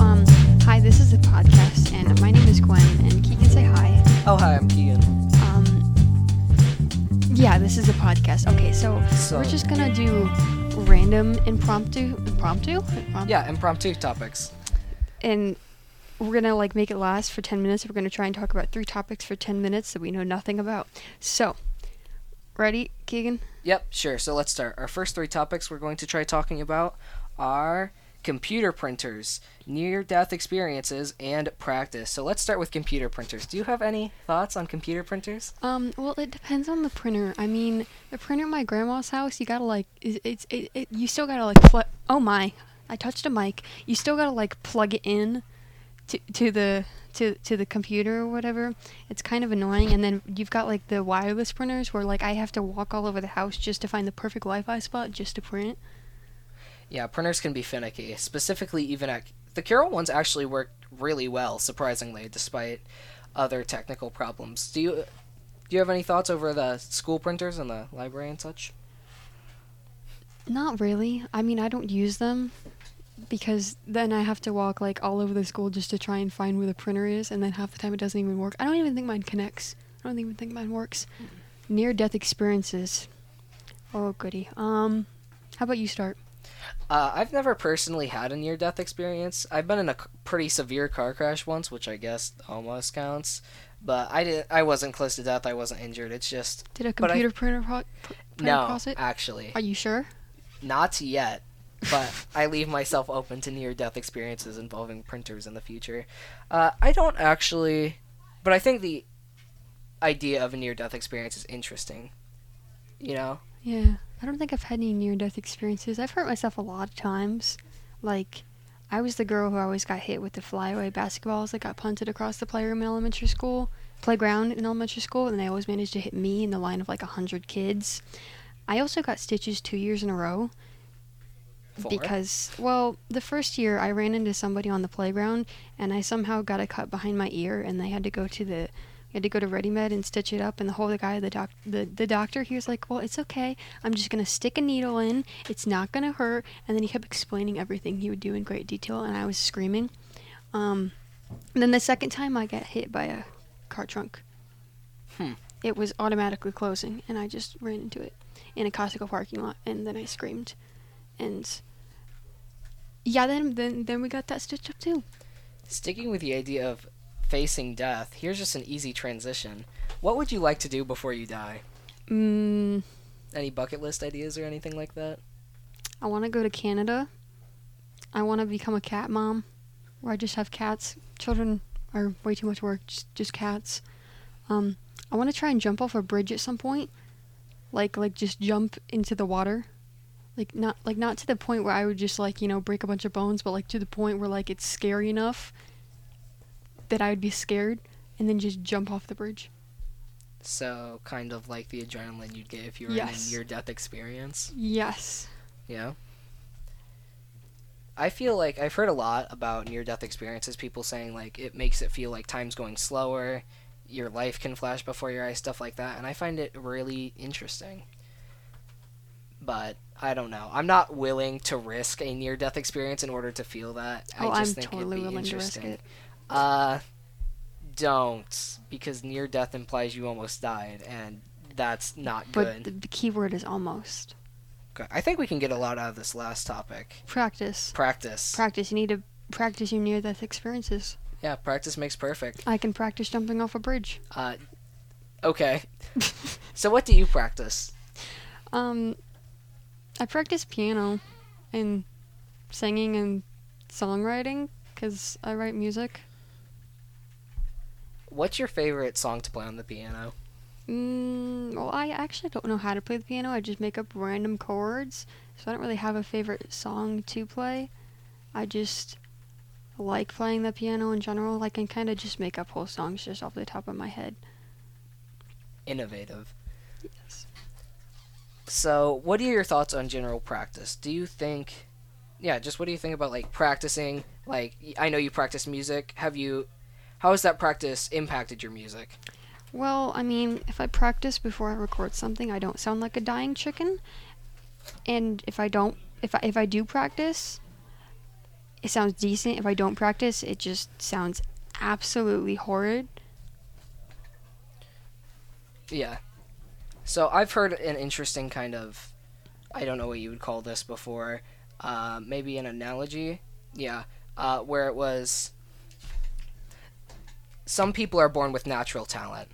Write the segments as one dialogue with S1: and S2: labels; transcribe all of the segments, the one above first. S1: um, is the podcast, and my name is Gwen, and Keegan, say hi.
S2: Oh, hi, I'm Keegan.
S1: Um, yeah, this is a podcast. Okay, so,
S2: So,
S1: we're just gonna do random impromptu, impromptu, impromptu,
S2: yeah, impromptu topics.
S1: and we're gonna like make it last for ten minutes. We're gonna try and talk about three topics for ten minutes that we know nothing about. So, ready, Keegan?
S2: Yep, sure. So let's start. Our first three topics we're going to try talking about are computer printers, near death experiences, and practice. So let's start with computer printers. Do you have any thoughts on computer printers?
S1: Um, well, it depends on the printer. I mean, the printer at my grandma's house, you gotta like, is- it's it, it you still gotta like, pl- oh my, I touched a mic. You still gotta like plug it in to to the to to the computer or whatever. It's kind of annoying. And then you've got like the wireless printers where like I have to walk all over the house just to find the perfect Wi-Fi spot just to print.
S2: Yeah, printers can be finicky, specifically even at the Carol ones actually worked really well, surprisingly, despite other technical problems. Do you do you have any thoughts over the school printers and the library and such?
S1: Not really. I mean, I don't use them because then I have to walk like all over the school just to try and find where the printer is, and then half the time it doesn't even work. I don't even think mine connects. I don't even think mine works.
S2: Hmm.
S1: Near death experiences. Oh goody. Um, how about you start?
S2: Uh, I've never personally had a near death experience. I've been in a c- pretty severe car crash once, which I guess almost counts. But I didn't. I wasn't close to death. I wasn't injured. It's just
S1: Did a
S2: But I-
S1: computer printer pro- pr- printer
S2: no,
S1: cross it?
S2: actually,
S1: Are you sure?
S2: not yet. But I leave myself open to near death experiences involving printers in the future. Uh, I don't actually, but I think the idea of a near death experience is interesting. You know,
S1: Yeah. I don't think I've had any near death experiences. I've hurt myself a lot of times. Like, I was the girl who always got hit with the flyaway basketballs that got punted across the playroom in elementary school, playground in elementary school, and they always managed to hit me in the line of like a hundred kids. I also got stitches two years in a row
S2: For-
S1: because, well, the first year I ran into somebody on the playground and I somehow got a cut behind my ear, and they had to go to the we had to go to ReadyMed and stitch it up. And the whole the guy, the doc, the, the doctor, he was like, "Well, it's okay. I'm just gonna stick a needle in. It's not gonna hurt." And then he kept explaining everything he would do in great detail, and I was screaming. Um, and then the second time I got hit by a car trunk.
S2: Hmm.
S1: It was automatically closing, and I just ran into it in a Costco parking lot, and then I screamed, and yeah, then then then we got that stitched up too.
S2: Sticking with the idea of facing death, here's just an easy transition. What would you like to do before you die?
S1: Mm,
S2: Any bucket list ideas or anything like that?
S1: I want to go to Canada. I want to become a cat mom, where I just have cats. Children are way too much work. Just, just cats. Um, I want to try and jump off a bridge at some point, like like just jump into the water, like not like not to the point where I would just like you know break a bunch of bones, but like to the point where like it's scary enough that I would be scared and then just jump off the bridge.
S2: So, kind of like the adrenaline you'd get if you were in
S1: Yes.
S2: a near death experience.
S1: Yes.
S2: Yeah. I feel like I've heard a lot about near death experiences, people saying, like, it makes it feel like time's going slower, your life can flash before your eyes, stuff like that, and I find it really interesting. But I don't know. I'm not willing to risk a near death experience in order to feel that.
S1: oh,
S2: I
S1: I'm
S2: just think
S1: totally
S2: it'd be
S1: willing to risk
S2: interesting.
S1: it.
S2: Uh, don't because near death implies you almost died, and that's not
S1: But
S2: good.
S1: the, the key word is almost
S2: Okay, I think we can get a lot out of this last topic.
S1: practice.
S2: Practice.
S1: practice. You need to practice your near death experiences.
S2: yeah, practice makes perfect.
S1: I can practice jumping off a bridge.
S2: Uh, okay. so what do you practice?
S1: Um, I practice piano and singing and songwriting because I write music.
S2: What's your favorite song to play on the piano?
S1: Mm, well, I actually don't know how to play the piano. I just make up random chords, so I don't really have a favorite song to play. I just like playing the piano in general. I can kind of just make up whole songs just off the top of my head.
S2: Innovative. So, what are your thoughts on general practice? Do you think, yeah, just what do you think about like practicing? Like, y- I know you practice music. Have you, how has that practice impacted your music?
S1: Well, I mean, if I practice before I record something, I don't sound like a dying chicken. And if I don't, if I, if I do practice, it sounds decent. If I don't practice, it just sounds absolutely horrid.
S2: Yeah. So I've heard an interesting kind of, I don't know what you would call this before, uh, maybe an analogy. Yeah. Uh, where it was, some people are born with natural talent.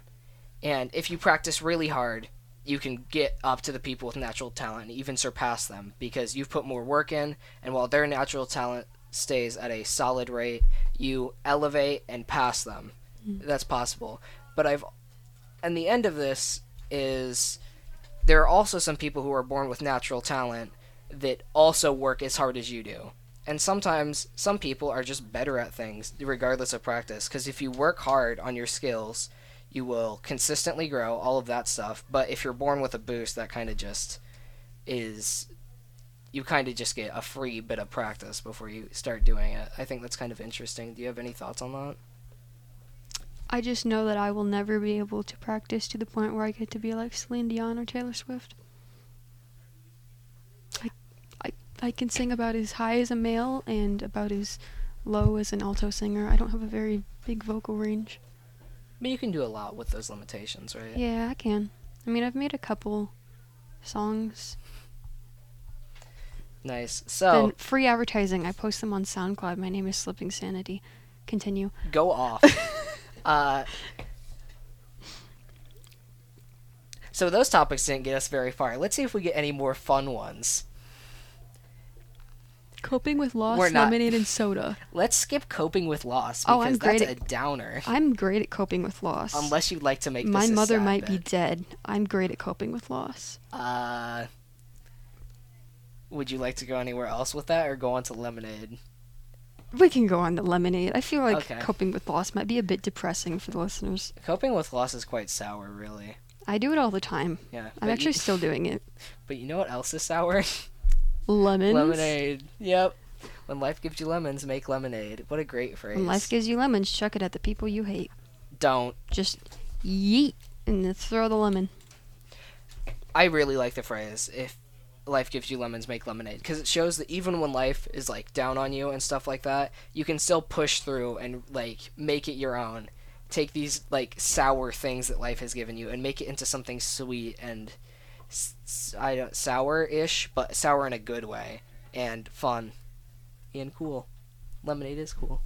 S2: And if you practice really hard, you can get up to the people with natural talent and even surpass them because you've put more work in. And while their natural talent stays at a solid rate, you elevate and pass them. That's possible. But I've and the end of this is there are also some people who are born with natural talent that also work as hard as you do. And sometimes some people are just better at things regardless of practice because if you work hard on your skills, you will consistently grow all of that stuff. But if you're born with a boost, that kind of just is you kind of just get a free bit of practice before you start doing it. I think that's kind of interesting. Do you have any thoughts on that?
S1: I just know that I will never be able to practice to the point where I get to be like Celine Dion or Taylor Swift. I, I, I can sing about as high as a male and about as low as an alto singer. I don't have a very big vocal range.
S2: But you can do a lot with those limitations, right?
S1: Yeah, I can. I mean, I've made a couple songs.
S2: Nice.
S1: Then
S2: So
S1: free advertising. I post them on SoundCloud. My name is Slipping Sanity. Continue.
S2: go off. uh, so those topics didn't get us very far. Let's see if we get any more fun ones.
S1: Coping with loss,
S2: We're not-
S1: lemonade, and soda.
S2: Let's skip coping with loss because
S1: Oh, I'm
S2: that's
S1: great
S2: a downer.
S1: I'm great at coping with loss.
S2: Unless you'd like to make
S1: My
S2: this a
S1: mother
S2: sad
S1: might be
S2: bit.
S1: dead. I'm great at coping with loss.
S2: Uh, would you like to go anywhere else with that, or go on to lemonade?
S1: We can go on to lemonade. I feel like
S2: Okay.
S1: coping with loss might be a bit depressing for the listeners.
S2: Coping with loss is quite sour, really.
S1: I do it all the time.
S2: Yeah.
S1: I'm
S2: but
S1: actually
S2: you-
S1: still doing it.
S2: But you know what else is sour?
S1: Lemons.
S2: lemonade. Yep. When life gives you lemons, make lemonade. What a great phrase.
S1: When life gives you lemons, chuck it at the people you hate.
S2: Don't.
S1: Just yeet and then throw the lemon.
S2: I really like the phrase. If life gives you lemons, make lemonade, because it shows that even when life is like down on you and stuff like that, you can still push through and like make it your own. Take these like sour things that life has given you and make it into something sweet and s- s- I don't sour-ish, but sour in a good way and fun and cool. Lemonade is cool.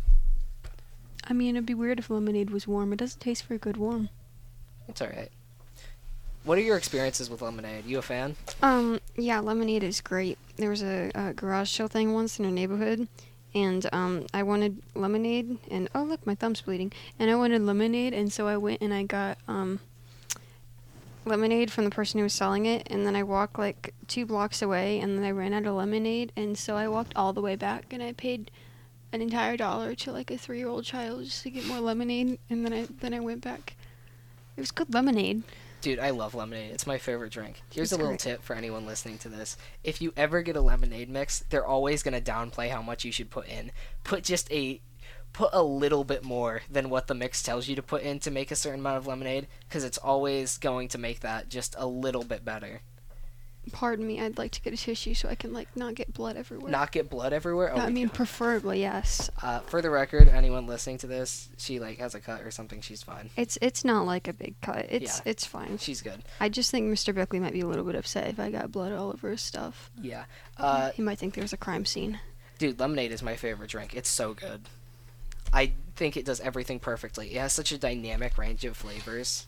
S1: I mean, it'd be weird if lemonade was warm. It doesn't taste very good warm.
S2: It's all right. What are your experiences with lemonade? You a fan?
S1: Um, yeah, lemonade is great. There was a, a garage sale thing once in our neighborhood, and um, I wanted lemonade, and oh look, my thumb's bleeding, and I wanted lemonade, and so I went and I got um, lemonade from the person who was selling it, and then I walked like two blocks away, and then I ran out of lemonade, and so I walked all the way back, and I paid an entire dollar to like a three-year-old child just to get more lemonade, and then I then I went back. It was good lemonade.
S2: Dude, I love lemonade. It's my favorite drink. Here's
S1: It's
S2: a little
S1: great.
S2: tip for anyone listening to this. If you ever get a lemonade mix, they're always going to downplay how much you should put in. Put just a put a little bit more than what the mix tells you to put in to make a certain amount of lemonade because it's always going to make that just a little bit better.
S1: Pardon me, I'd like to get a tissue so I can like not get blood everywhere.
S2: Not get blood everywhere. Oh,
S1: I
S2: we
S1: mean,
S2: do.
S1: preferably yes.
S2: uh, for the record, anyone listening to this, she like has a cut or something, she's fine.
S1: It's it's not like a big cut. It's
S2: Yeah.
S1: it's fine.
S2: She's good.
S1: I just think Mr. Beckley might be a little bit upset if I got blood all over his stuff.
S2: Yeah. Uh,
S1: he might think there was a crime scene.
S2: Dude, lemonade is my favorite drink. It's so good. I think it does everything perfectly. It has such a dynamic range of flavors.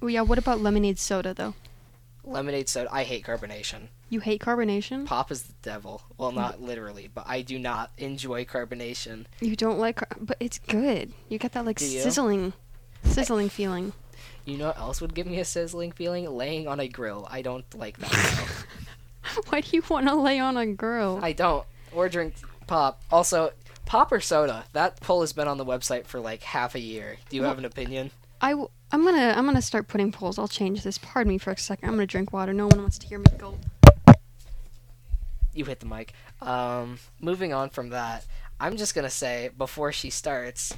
S1: Well, yeah. What about lemonade soda though?
S2: Lemonade soda, I hate carbonation.
S1: You hate carbonation.
S2: Pop is the devil. Well, not literally, but I do not enjoy carbonation.
S1: You don't like, car- but it's good. You get that like
S2: Do you?
S1: sizzling, sizzling feeling.
S2: You know what else would give me a sizzling feeling? Laying on a grill. I don't like that. though.
S1: Why do you want to lay on a girl?
S2: I don't. Or drink pop. Also, pop or soda? That poll has been on the website for like half a year. Do you have an opinion?
S1: I w- I'm gonna I'm gonna start putting polls. I'll change this. Pardon me for a second. I'm gonna drink water. No one wants to hear me gulp.
S2: you hit the mic. Um, moving on from that, I'm just gonna say before she starts,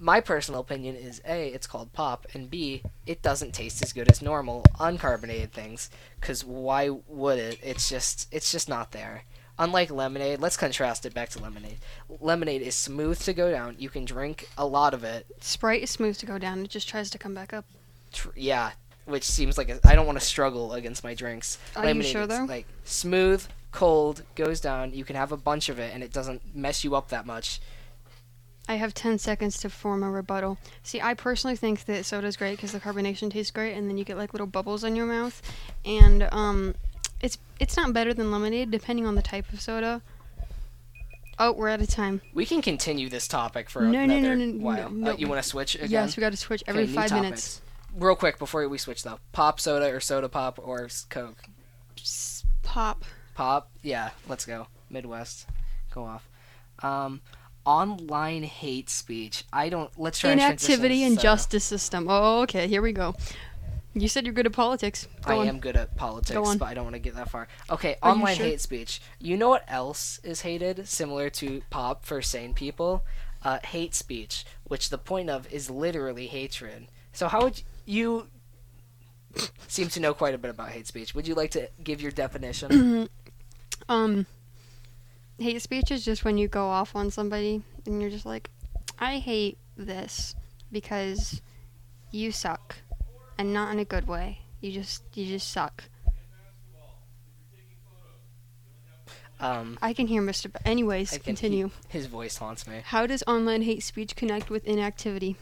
S2: my personal opinion is a it's called pop, and b it doesn't taste as good as normal uncarbonated things. Cause why would it? It's just it's just not there. Unlike lemonade, let's contrast it back to lemonade. Lemonade is smooth to go down. You can drink a lot of it.
S1: Sprite is smooth to go down. It just tries to come back up.
S2: Tr- yeah, which seems like I I don't want to struggle against my drinks.
S1: Are you sure,
S2: is,
S1: though?
S2: Like smooth, cold, goes down. You can have a bunch of it, and it doesn't mess you up that much.
S1: I have 10 seconds to form a rebuttal. See, I personally think that soda's great because the carbonation tastes great, and then you get like little bubbles in your mouth. And um, it's it's not better than lemonade, depending on the type of soda. Oh, we're out of time.
S2: We can continue this topic for
S1: No, no, no,
S2: another
S1: no, no,
S2: while.
S1: no.
S2: Uh, you want to switch again?
S1: Yes, we got to switch every
S2: Okay, new
S1: five
S2: topic.
S1: minutes.
S2: Real quick before we switch though, pop soda or soda pop or s- Coke?
S1: S- Pop.
S2: Pop, yeah, let's go. Midwest, go off. Um, online hate speech. I don't. Let's try
S1: Inactivity
S2: and transition
S1: and
S2: this soda.
S1: justice system. Oh, okay, here we go. You said you're good at politics. Go
S2: I
S1: on.
S2: am good at politics,
S1: Go on.
S2: but I don't want to get that far. Okay,
S1: Are you
S2: online
S1: sure?
S2: hate speech. You know what else is hated, similar to pop for sane people? Uh, hate speech, which the point of is literally hatred. So how would you? Seem to know quite a bit about hate speech. Would you like to give your definition?
S1: Um, hate speech is just when you go off on somebody and you're just like, I hate this because you suck, and not in a good way. You just you just suck.
S2: um,
S1: I can hear Mr. Ba- Anyways,
S2: I can-
S1: continue.
S2: his voice haunts me.
S1: How does online hate speech connect with inactivity?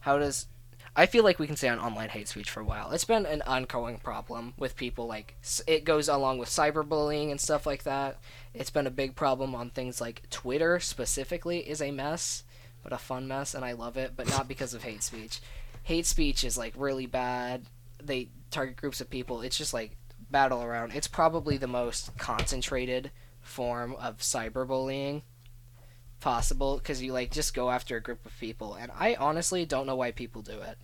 S2: How does? I feel like we can stay on online hate speech for a while. It's been an ongoing problem with people. Like s- it goes along with cyberbullying and stuff like that. It's been a big problem on things like Twitter specifically is a mess, but a fun mess, and I love it. But not because of hate speech. Hate speech is like really bad. They target groups of people. It's just like battle around. It's probably the most concentrated form of cyberbullying possible because you like just go after a group of people and i honestly don't know why people do it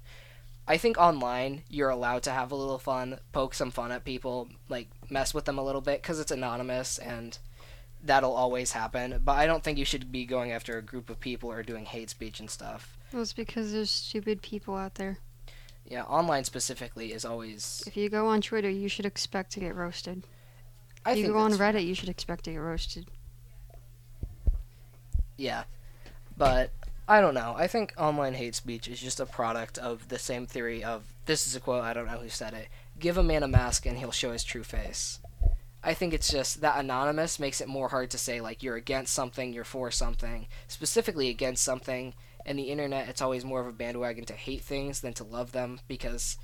S2: i think online you're allowed to have a little fun poke some fun at people like mess with them a little bit because it's anonymous and that'll always happen but i don't think you should be going after a group of people or doing hate speech and stuff
S1: Well, it's because there's stupid people out there.
S2: yeah online specifically is always
S1: If you go on Twitter, you should expect to get roasted.
S2: i
S1: if you
S2: think
S1: go on
S2: that's-
S1: Reddit, you should expect to get roasted.
S2: Yeah. But I don't know. I think online hate speech is just a product of the same theory of this is a quote, I don't know who said it. Give a man a mask and he'll show his true face. I think it's just that anonymous makes it more hard to say like you're against something, you're for something, specifically against something. And the internet, it's always more of a bandwagon to hate things than to love them because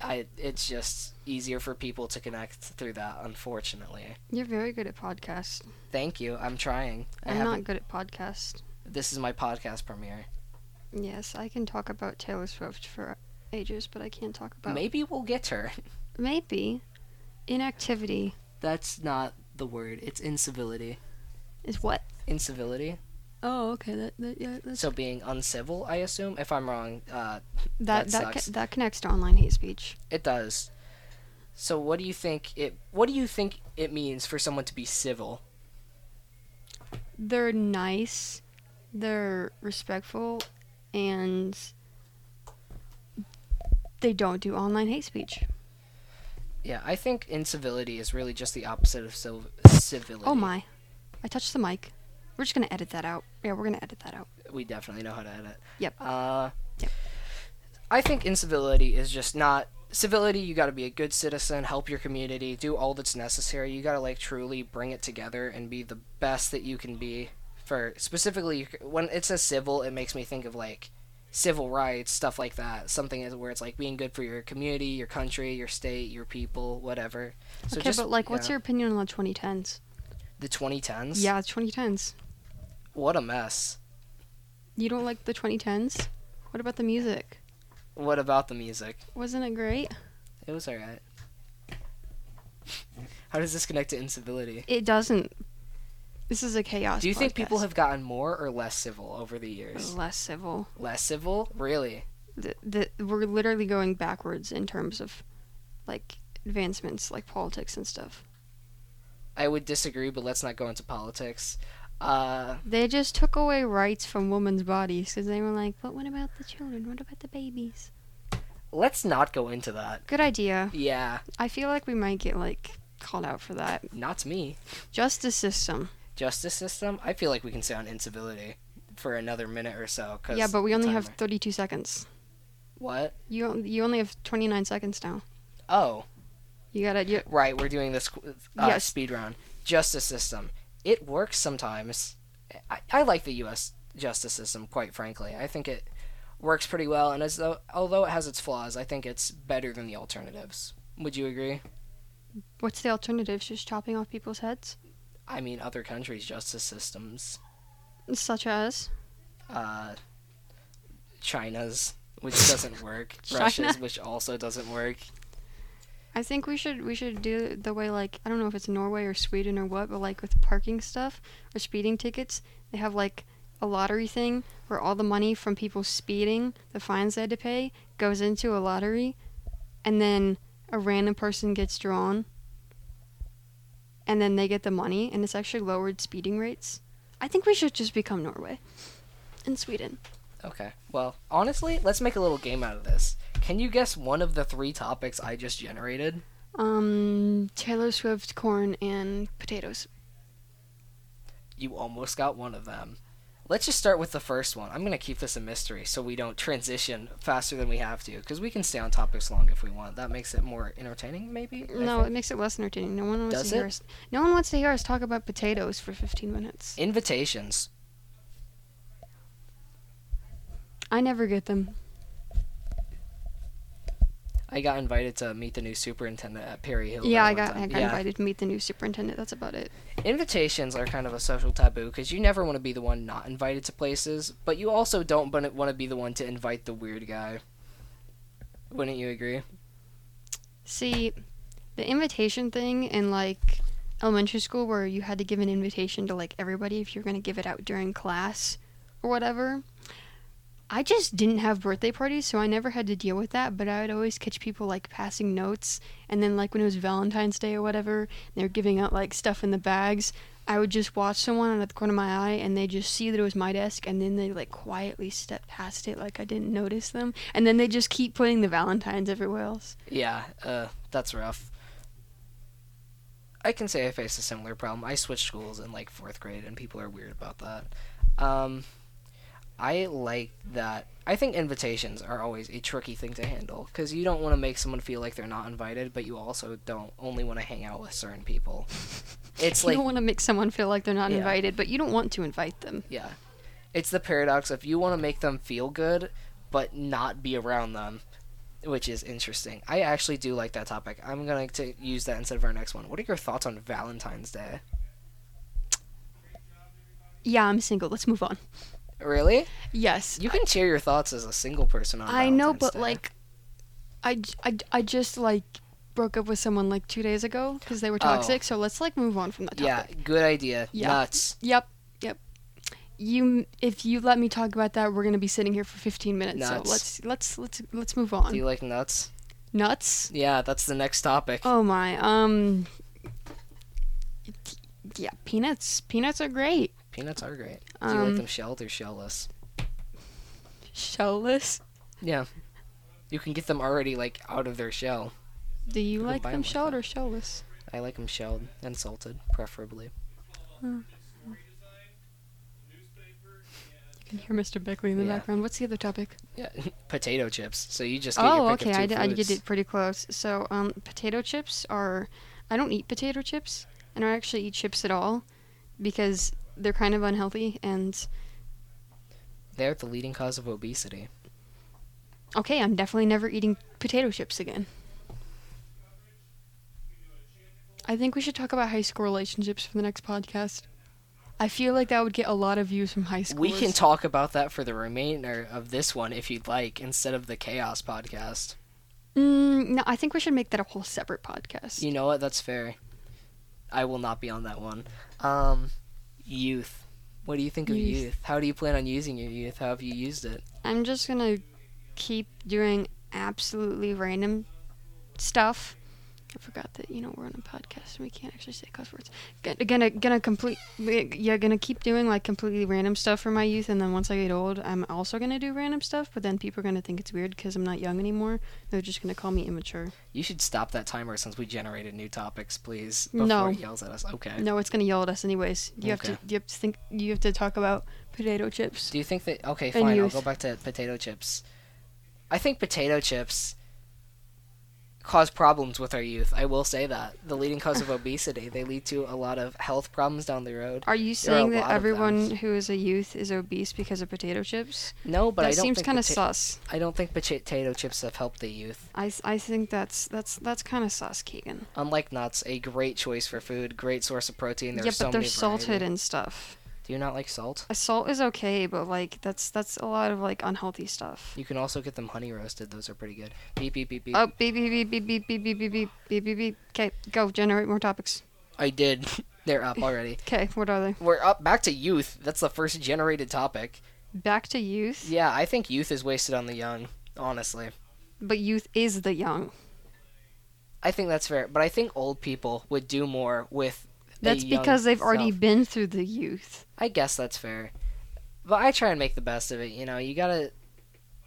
S2: I it's just easier for people to connect through that, unfortunately.
S1: You're very good at podcasts.
S2: Thank you. I'm trying. I
S1: I'm
S2: haven't-
S1: not good at podcasts.
S2: this is my podcast premiere.
S1: Yes, I can talk about Taylor Swift for ages, but I can't talk about
S2: Maybe we'll get her.
S1: maybe inactivity
S2: That's not the word. It's incivility.
S1: is what.
S2: Incivility.
S1: Oh, okay. That that yeah, that's,
S2: So being uncivil, I assume. If I'm wrong, uh,
S1: that
S2: that
S1: that
S2: sucks.
S1: co- that connects to online hate speech.
S2: it does. So what do you think it? What do you think it means for someone to be civil?
S1: They're nice, they're respectful, and they don't do online hate speech.
S2: Yeah, I think incivility is really just the opposite of civ- civility.
S1: Oh my! I touched the mic. We're just gonna edit that out. Yeah, we're gonna edit that out.
S2: we definitely know how to edit.
S1: Yep.
S2: Uh,
S1: Yep.
S2: I think incivility is just not civility. You got to be a good citizen, help your community, do all that's necessary. You got to like truly bring it together and be the best that you can be. For specifically when it's a civil, it makes me think of like civil rights stuff like that. Something is where it's like being good for your community, your country, your state, your people, whatever. So
S1: okay,
S2: just,
S1: but like, what's
S2: yeah.
S1: your opinion on the 2010s?
S2: the 2010s?
S1: Yeah, 2010s.
S2: What a mess.
S1: You don't like the 2010s? What about the music?
S2: What about the music?
S1: Wasn't it great?
S2: It was alright. How does this connect to incivility?
S1: It doesn't. This is a chaos.
S2: Do you think people
S1: podcast.
S2: have gotten more or less civil over the years?
S1: less civil?
S2: Less civil? Really?
S1: The, the, we're literally going backwards in terms of like advancements, like politics and stuff.
S2: I would disagree, but let's not go into politics. Uh,
S1: They just took away rights from women's bodies because they were like, "But what about the children? What about the babies?"
S2: let's not go into that.
S1: Good idea.
S2: Yeah,
S1: I feel like we might get like called out for that.
S2: Not me.
S1: Justice system.
S2: Justice system. I feel like we can stay on incivility for another minute or so. 'cause
S1: Yeah, but we
S2: the
S1: only have
S2: timer.
S1: 32 seconds.
S2: what?
S1: You on- you only have 29 seconds now.
S2: Oh,
S1: You gotta. You,
S2: right. We're doing this uh,
S1: Yes.
S2: speed round. Justice system. It works sometimes. I, I like the U.S. justice system, quite frankly. I think it works pretty well, and as though although it has its flaws, I think it's better than the alternatives. Would you agree?
S1: what's the alternative? Just chopping off people's heads,
S2: I mean, other countries' justice systems,
S1: such as
S2: uh, China's, which doesn't work, Russia's, which also doesn't work.
S1: I think we should we should do it the way like I don't know if it's Norway or Sweden or what, but like with parking stuff or speeding tickets, they have like a lottery thing where all the money from people speeding, the fines they had to pay, goes into a lottery, and then a random person gets drawn, and then they get the money, and it's actually lowered speeding rates. I think we should just become Norway and Sweden.
S2: Okay. Well, honestly, let's make a little game out of this. Can you guess one of the three topics I just generated?
S1: Um, Taylor Swift, corn, and potatoes.
S2: You almost got one of them. Let's just start with the first one. I'm going to keep this a mystery so we don't transition faster than we have to because we can stay on topics long if we want. That makes it more entertaining, maybe? I
S1: No,
S2: think.
S1: it makes it less entertaining. No one wants
S2: Does
S1: to hear
S2: it?
S1: us. No one wants to hear us talk about potatoes for 15 minutes.
S2: Invitations.
S1: I never get them.
S2: I got invited to meet the new superintendent at Perry Hill.
S1: yeah,
S2: that
S1: I
S2: one
S1: got
S2: time.
S1: I got
S2: Yeah.
S1: invited to meet the new superintendent. That's about it.
S2: Invitations are kind of a social taboo because you never want to be the one not invited to places, but you also don't want to be the one to invite the weird guy. Wouldn't you agree?
S1: See, the invitation thing in like elementary school where you had to give an invitation to like everybody if you're going to give it out during class or whatever. I just didn't have birthday parties, so I never had to deal with that, but I would always catch people like passing notes and then like when it was Valentine's Day or whatever, and they're giving out like stuff in the bags, I would just watch someone out of the corner of my eye and they just see that it was my desk and then they like quietly step past it like I didn't notice them and then they just keep putting the Valentines everywhere else.
S2: Yeah, uh, that's rough. I can say I faced a similar problem. I switched schools in like fourth grade, and people are weird about that. Um, I like that. I think invitations are always a tricky thing to handle because you don't want to make someone feel like they're not invited, but you also don't only want to hang out with certain people. It's
S1: you
S2: like
S1: don't want to make someone feel like they're not
S2: Yeah.
S1: invited, but you don't want to invite them.
S2: Yeah. It's the paradox of you want to make them feel good, but not be around them, which is interesting. I actually do like that topic. I'm going to use that instead of our next one. What are your thoughts on Valentine's Day?
S1: Yeah, I'm single. Let's move on.
S2: Really?
S1: Yes.
S2: You can share your thoughts as a single person on
S1: I know,
S2: Valentine's
S1: but
S2: Day.
S1: like, I, j- I, j- I just like broke up with someone like two days ago because they were toxic. So let's like move on from that topic.
S2: Oh. Yeah, good idea.
S1: Yeah.
S2: Nuts.
S1: Yep. Yep. You, if you let me talk about that, we're gonna be sitting here for 15 minutes.
S2: Nuts.
S1: So let's let's let's let's move
S2: Do
S1: on.
S2: you like nuts?
S1: Nuts.
S2: Yeah, that's the next topic.
S1: Oh my. Um. it- Yeah, peanuts. Peanuts are great.
S2: Peanuts are great. Do you like
S1: Um,
S2: them shelled or shellless?
S1: Shellless.
S2: Yeah. You can get them already like out of their shell.
S1: Do you
S2: could
S1: like
S2: buy
S1: them
S2: 'em like
S1: shelled
S2: that.
S1: or shellless?
S2: I like them shelled and salted, preferably.
S1: can hear Mr. Beckley in the
S2: Yeah.
S1: background. What's the other topic?
S2: Yeah, potato chips. So you just get
S1: Oh,
S2: your pick
S1: okay.
S2: Of
S1: I,
S2: two
S1: did, I did
S2: foods.
S1: get it pretty close. So, um, potato chips are. I don't eat potato chips. I don't actually eat chips at all because they're kind of unhealthy. And
S2: They're the leading cause of obesity.
S1: okay, I'm definitely never eating potato chips again. I think we should talk about high school relationships for the next podcast. I feel like that would get a lot of views from high school.
S2: We can talk about that for the remainder of this one if you'd like, instead of the chaos podcast.
S1: mm, no, I think we should make that a whole separate podcast.
S2: You know what? That's fair. I will not be on that one. Um, youth. What do you think of
S1: Youth.
S2: youth? How do you plan on using your youth? How have you used it?
S1: I'm just gonna keep doing absolutely random stuff. I forgot that you know we're on a podcast and we can't actually say cuss words. G- Gonna gonna complete yeah gonna keep doing like completely random stuff for my youth, and then once I get old, I'm also gonna do random stuff. But then people are gonna think it's weird because I'm not young anymore. They're just gonna call me immature.
S2: You should stop that timer since we generated new topics, please. Before
S1: No.
S2: he yells at us. Okay.
S1: No, it's gonna yell at us anyways. You have
S2: Okay.
S1: to you have to think you have to talk about potato chips.
S2: Do you think that? Okay,
S1: And
S2: fine. I'll
S1: youth.
S2: go back to potato chips. I think potato chips cause problems with our youth. I will say that the leading cause of obesity. They lead to a lot of health problems down the road.
S1: Are you
S2: There are a
S1: saying that
S2: lot of
S1: everyone
S2: them.
S1: who is a youth is obese because of potato chips?
S2: No, but
S1: that
S2: I don't
S1: seems
S2: think
S1: kind of
S2: pota-
S1: sus.
S2: I don't think potato chips have helped the youth.
S1: I, s- I think that's that's that's kind of sus, Keegan.
S2: Unlike nuts, a great choice for food, great source of protein. There's
S1: yeah,
S2: so
S1: but they're
S2: many
S1: salted
S2: variety.
S1: and stuff.
S2: Do you not like salt?
S1: Uh, Salt is okay, but like that's that's a lot of like unhealthy stuff.
S2: You can also get them honey roasted. Those are pretty good. Beep beep beep beep.
S1: Oh beep beep beep beep beep beep beep beep beep beep beep. Okay, go generate more topics.
S2: I did. They're up already.
S1: Okay, what are they?
S2: We're up back to youth. That's the first generated topic.
S1: Back to youth,
S2: Yeah, I think youth is wasted on the young, honestly.
S1: but youth is the young.
S2: I think that's fair, but I think old people would do more with the
S1: That's
S2: young
S1: because they've already
S2: self.
S1: been through the youth.
S2: I guess that's fair. But I try and make the best of it, you know. You got to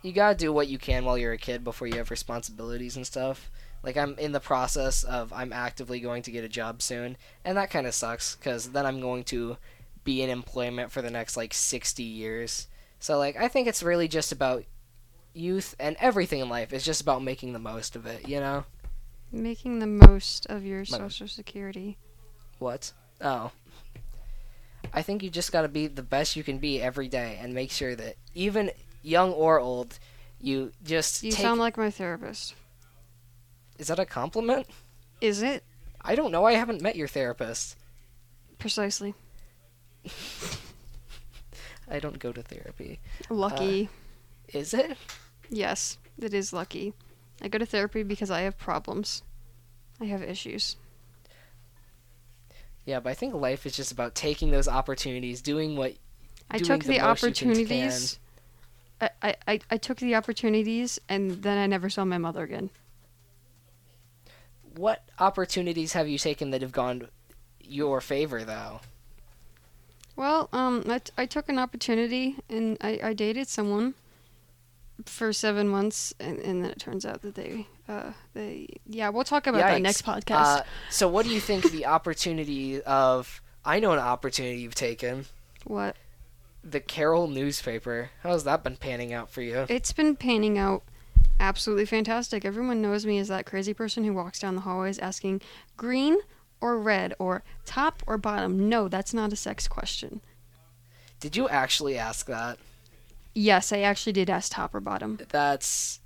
S2: you got to do what you can while you're a kid before you have responsibilities and stuff. Like I'm in the process of I'm actively going to get a job soon, and that kind of sucks cuz then I'm going to be in employment for the next like 60 years. So like I think it's really just about youth and everything in life is just about making the most of it, you know?
S1: Making the most of your
S2: Mother.
S1: social security.
S2: What? Oh. I think you just got to be the best you can be every day and make sure that even young or old, you just
S1: You
S2: take
S1: sound like my therapist.
S2: Is that a compliment?
S1: Is it?
S2: I don't know. I haven't met your therapist.
S1: Precisely.
S2: I don't go to therapy. Uh,
S1: Lucky.
S2: Is it?
S1: yes, it is lucky. I go to therapy because I have problems. I have issues.
S2: Yeah, but I think life is just about taking those opportunities, doing what
S1: I
S2: doing
S1: took
S2: the
S1: the,
S2: most you can
S1: opportunities. I, I, I, I took the opportunities and then I never saw my mother again.
S2: what opportunities have you taken that have gone your favor though?
S1: Well, um, I, t- I took an opportunity and I, I dated someone for seven months and, and then it turns out that they, uh, they, yeah, we'll talk about that
S2: Yikes.
S1: next podcast.
S2: Uh, so what do you think the opportunity of I know an opportunity you've taken
S1: what?
S2: the Carroll newspaper. How's that been panning out for you?
S1: It's been panning out absolutely fantastic. Everyone knows me as that crazy person who walks down the hallways asking green or red or top or bottom. No, that's not a sex question.
S2: Did you actually ask that?
S1: Yes, I actually did ask top or bottom.
S2: That's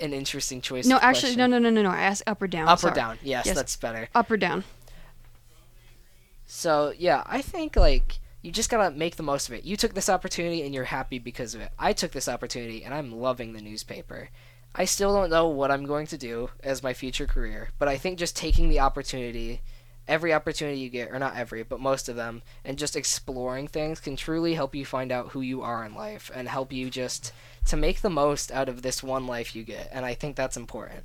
S2: an interesting choice.
S1: No,
S2: of
S1: actually, no,
S2: question.
S1: no, no, no, no. I asked up or down.
S2: Up
S1: sorry.
S2: or down? Yes,
S1: Yes.
S2: that's better.
S1: Up or down.
S2: So yeah, I think like you just gotta make the most of it. You took this opportunity and you're happy because of it. I took this opportunity and I'm loving the newspaper. I still don't know what I'm going to do as my future career, but I think just taking the opportunity, every opportunity you get, or not every, but most of them, and just exploring things can truly help you find out who you are in life and help you just to make the most out of this one life you get. And I think that's important.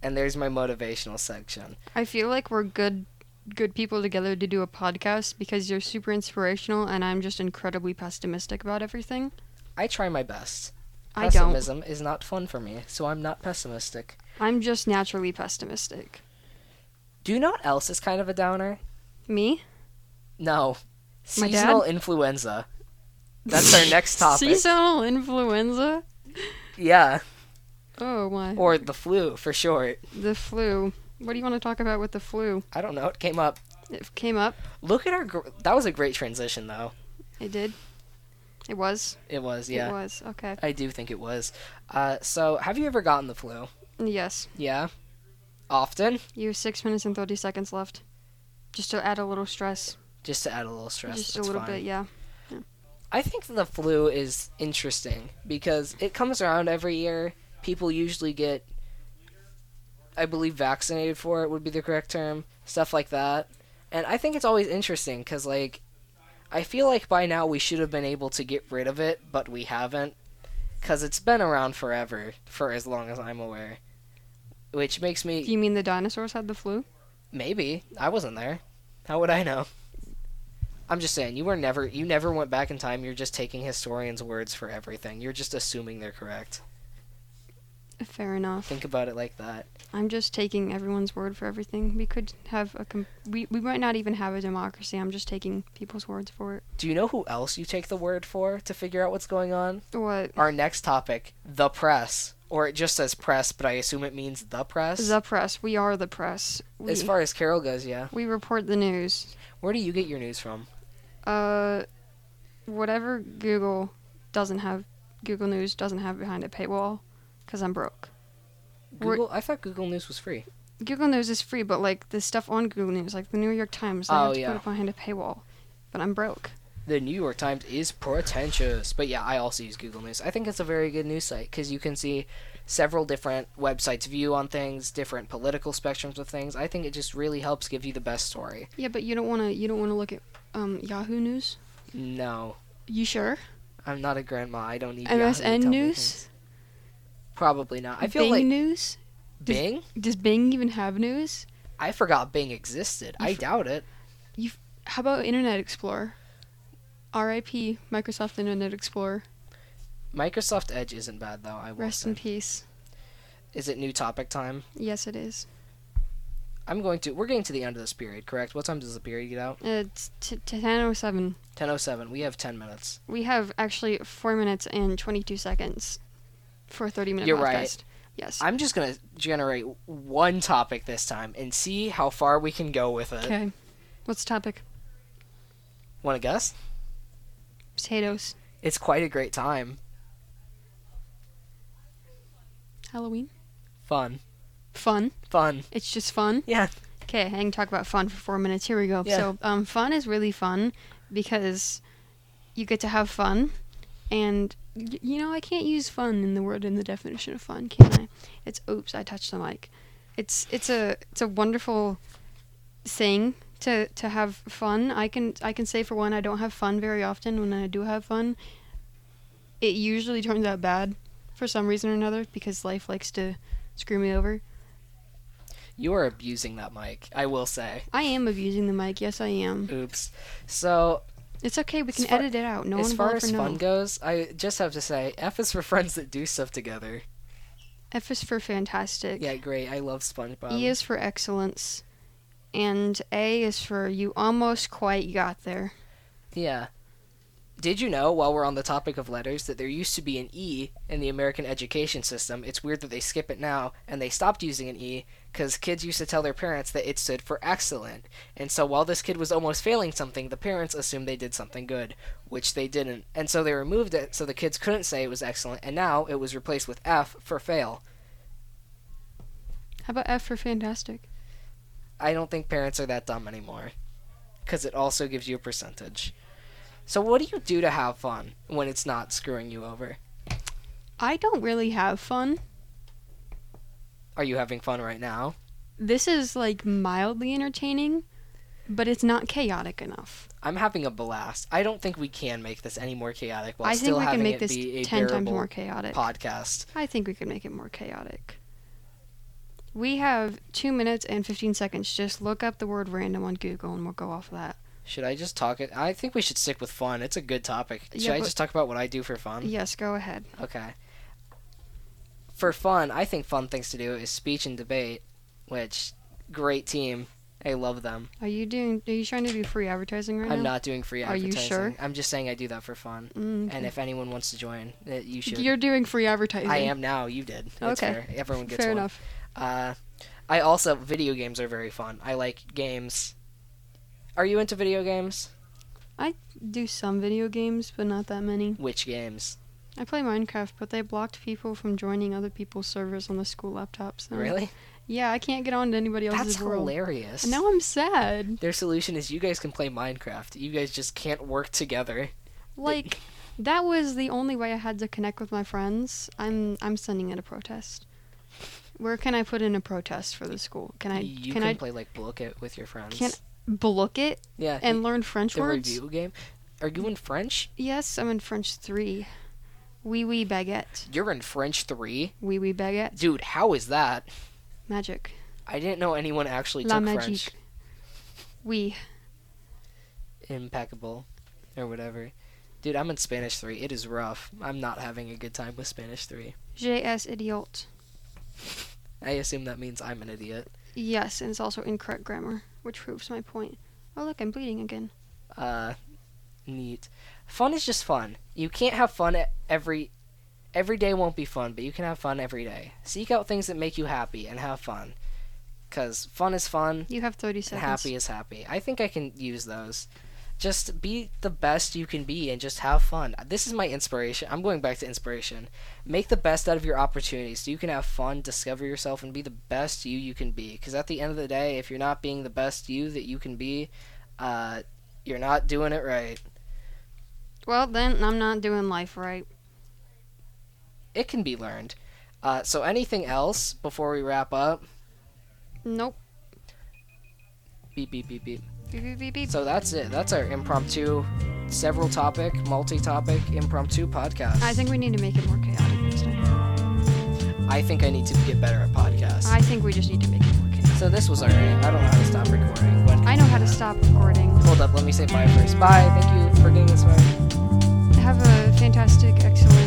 S2: And there's my motivational section.
S1: I feel like we're good, good people together to do a podcast because you're super inspirational and I'm just incredibly pessimistic about everything.
S2: I try my best.
S1: I don't.
S2: Pessimism is not fun for me, so I'm not pessimistic.
S1: I'm just naturally pessimistic.
S2: Do you know what else is kind of a downer?
S1: Me?
S2: No.
S1: My dad?
S2: Seasonal influenza. That's our next topic.
S1: Seasonal influenza.
S2: yeah,
S1: Oh my.
S2: or the flu for short.
S1: the flu. What do you want to talk about with the flu?
S2: I don't know. It came up.
S1: It came up.
S2: Look at our. Gr- that was a great transition, though.
S1: It did. It was.
S2: It was, yeah.
S1: It was. Okay.
S2: I do think it was. Uh, so, have you ever gotten the flu?
S1: Yes.
S2: Yeah. Often,
S1: You have six minutes and thirty seconds left. Just to add a little stress.
S2: just to add a little stress.
S1: just a
S2: it's
S1: little
S2: fine.
S1: bit. Yeah.
S2: I think the flu is interesting because it comes around every year. People usually get, I believe, vaccinated for it would be the correct term, stuff like that. And I think it's always interesting because, like, I feel like by now we should have been able to get rid of it, but we haven't because it's been around forever, for as long as I'm aware. which makes
S1: Do
S2: me
S1: you mean the dinosaurs had the flu?
S2: maybe I wasn't there. How would I know? I'm just saying you were never you never went back in time. You're just taking historians' words for everything. You're just assuming they're correct.
S1: Fair enough.
S2: Think about it like that.
S1: I'm just taking everyone's word for everything. We could have a com- we we might not even have a democracy. I'm just taking people's words for it.
S2: Do you know who else you take the word for to figure out what's going on?
S1: What
S2: Our next topic, the press. Or it just says press, but I assume it means the press.
S1: the press? We are the press. We,
S2: As far as Carol goes, yeah.
S1: we report the news.
S2: Where do you get your news from?
S1: Uh, whatever Google doesn't have, Google News doesn't have behind a paywall, because I'm broke. Where-
S2: Google. I thought Google News was free.
S1: Google News is free, but like the stuff on Google News, like the New York Times, they
S2: Oh,
S1: have to
S2: yeah.
S1: put it behind a paywall. But I'm broke.
S2: The New York Times is pretentious, but yeah, I also use Google News. I think it's a very good news site because you can see several different websites' view on things, different political spectrums of things. I think it just really helps give you the best story.
S1: Yeah, but you don't wanna you don't wanna look at um Yahoo News.
S2: No,
S1: You sure?
S2: I'm not a grandma. I don't need Yahoo to
S1: MSN
S2: tell me
S1: News.
S2: things. Probably not. I feel
S1: Bing
S2: like
S1: News. does-
S2: Bing.
S1: Does Bing even have news?
S2: I forgot Bing existed.
S1: You
S2: I
S1: f-
S2: doubt it.
S1: How about Internet Explorer? R.I.P. Microsoft Internet Explorer.
S2: Microsoft Edge isn't bad though. I will
S1: Rest
S2: say.
S1: in peace.
S2: Is it new topic time?
S1: Yes, it is.
S2: I'm going to. We're getting to the end of this period, correct? What time does the period get out?
S1: Uh, It's t- t- 10:07.
S2: 10:07. We have 10 minutes.
S1: We have actually four minutes and 22 seconds for a 30-minute
S2: You're
S1: podcast.
S2: right.
S1: Yes.
S2: I'm just gonna generate one topic this time and see how far we can go with it.
S1: Okay. What's the topic?
S2: Want to guess?
S1: Potatoes.
S2: It's quite a great time.
S1: Halloween.
S2: Fun.
S1: Fun.
S2: Fun.
S1: It's just fun.
S2: Yeah.
S1: Okay, I can talk about fun for four minutes. Here we go.
S2: Yeah.
S1: So, um, fun is really fun because you get to have fun, and y- you know I can't use fun in the word in the definition of fun, can I? It's oops, I touched the mic. It's it's a it's a wonderful thing to to have fun. I can I can say for one, I don't have fun very often. When I do have fun, it usually turns out bad for some reason or another because life likes to screw me over.
S2: You are abusing that mic. I will say.
S1: I am abusing the mic. Yes, I am.
S2: Oops. So
S1: It's okay. We
S2: As
S1: can
S2: far-
S1: edit it out. No
S2: as
S1: one
S2: far
S1: will
S2: as
S1: ever know.
S2: fun goes, I just have to say F is for friends that do stuff together.
S1: F is for fantastic.
S2: Yeah, um, great. I love SpongeBob.
S1: E is for excellence. And A is for you almost quite got there.
S2: Yeah. Did you know, while we're on the topic of letters, that there used to be an E in the American education system? It's weird that they skip it now, and they stopped using an E because kids used to tell their parents that it stood for excellent. And so while this kid was almost failing something, the parents assumed they did something good, which they didn't. And so they removed it so the kids couldn't say it was excellent, and now it was replaced with F for fail.
S1: How about F for fantastic?
S2: I don't think parents are that dumb anymore because it also gives you a percentage. So, what do you do to have fun when it's not screwing you over?
S1: I don't really have fun.
S2: Are you having fun right now?
S1: This is like mildly entertaining, but it's not chaotic enough.
S2: I'm having a blast. I don't think we can make this any more chaotic while
S1: I think
S2: still
S1: we can
S2: having
S1: make
S2: it
S1: this
S2: be
S1: 10
S2: a
S1: times
S2: bearable
S1: more chaotic.
S2: podcast.
S1: I think we can make it more chaotic. We have two minutes and 15 seconds. Just look up the word random on Google and we'll go off that.
S2: Should I just talk it? I think we should stick with fun. It's a good topic. Should
S1: Yeah,
S2: I
S1: but-
S2: just talk about what I do for fun?
S1: Yes, go ahead.
S2: Okay. For fun, I think fun things to do is speech and debate, which great team. I love them.
S1: Are you doing? Are you trying to do free advertising right
S2: I'm
S1: now?
S2: not doing free
S1: Are you
S2: advertising.
S1: sure?
S2: I'm just saying I do that for fun.
S1: Mm,
S2: And if anyone wants to join, uh, you should.
S1: You're doing free advertising.
S2: I am now. You did. It's
S1: Okay.
S2: fair. Everyone gets
S1: Fair
S2: one.
S1: enough.
S2: Uh, I also video games are very fun. I like games. Are you into video games?
S1: Do some video games, but not that many.
S2: Which games?
S1: I play Minecraft, but they blocked people from joining other people's servers on the school laptops. now.
S2: Really?
S1: Yeah, I can't get on to anybody else's
S2: That's
S1: Uh, world.
S2: hilarious.
S1: And now I'm sad.
S2: Their solution is you guys can play Minecraft. You guys just can't work together.
S1: Like that was the only way I had to connect with my friends. I'm I'm sending in a protest. Where can I put in a protest for the school? Can I
S2: you
S1: can,
S2: can,
S1: I
S2: play like Blook It with your friends.
S1: Can- block it
S2: yeah.
S1: and
S2: you-
S1: learn French
S2: the
S1: words?
S2: review game. Are you in French?
S1: Yes, I'm in French three. Wee wee baguette.
S2: You're in French three,
S1: Wee wee baguette.
S2: dude. How is that?
S1: Magic.
S2: I didn't know anyone actually
S1: La
S2: took
S1: magique.
S2: French.
S1: We.
S2: Impeccable, or whatever. Dude, I'm in Spanish three. It is rough. I'm not having a good time with Spanish three.
S1: JS idiot.
S2: I assume that means I'm an idiot.
S1: Yes, and it's also incorrect grammar, which proves my point. Oh, look, I'm bleeding again.
S2: Uh, neat. Fun is just fun. You can't have fun e- every every day won't be fun, but you can have fun every day. Seek out things that make you happy and have fun. Cause fun is fun
S1: You have 30
S2: and
S1: seconds.
S2: happy is happy. I think I can use those. Just be the best you can be and just have fun. This is my inspiration. I'm going back to inspiration. Make the best out of your opportunities so you can have fun, discover yourself, and be the best you you can be. Because at the end of the day, if you're not being the best you that you can be, uh, you're not doing it right.
S1: Well, then I'm not doing life right.
S2: It can be learned. Uh, so, anything else before we wrap up?
S1: Nope.
S2: Beep, beep, beep, beep.
S1: Beep, beep, beep, beep.
S2: So, that's it. That's our impromptu, several topic, multi topic, impromptu podcast.
S1: I think we need to make it more chaotic next time.
S2: I think I need to get better at podcasts.
S1: I think we just need to make it more chaotic.
S2: so this was alright. I don't know how to stop recording. When
S1: I know how to stop recording.
S2: Hold up, let me say bye first. Bye. Thank you for getting this far.
S1: Have a fantastic, excellent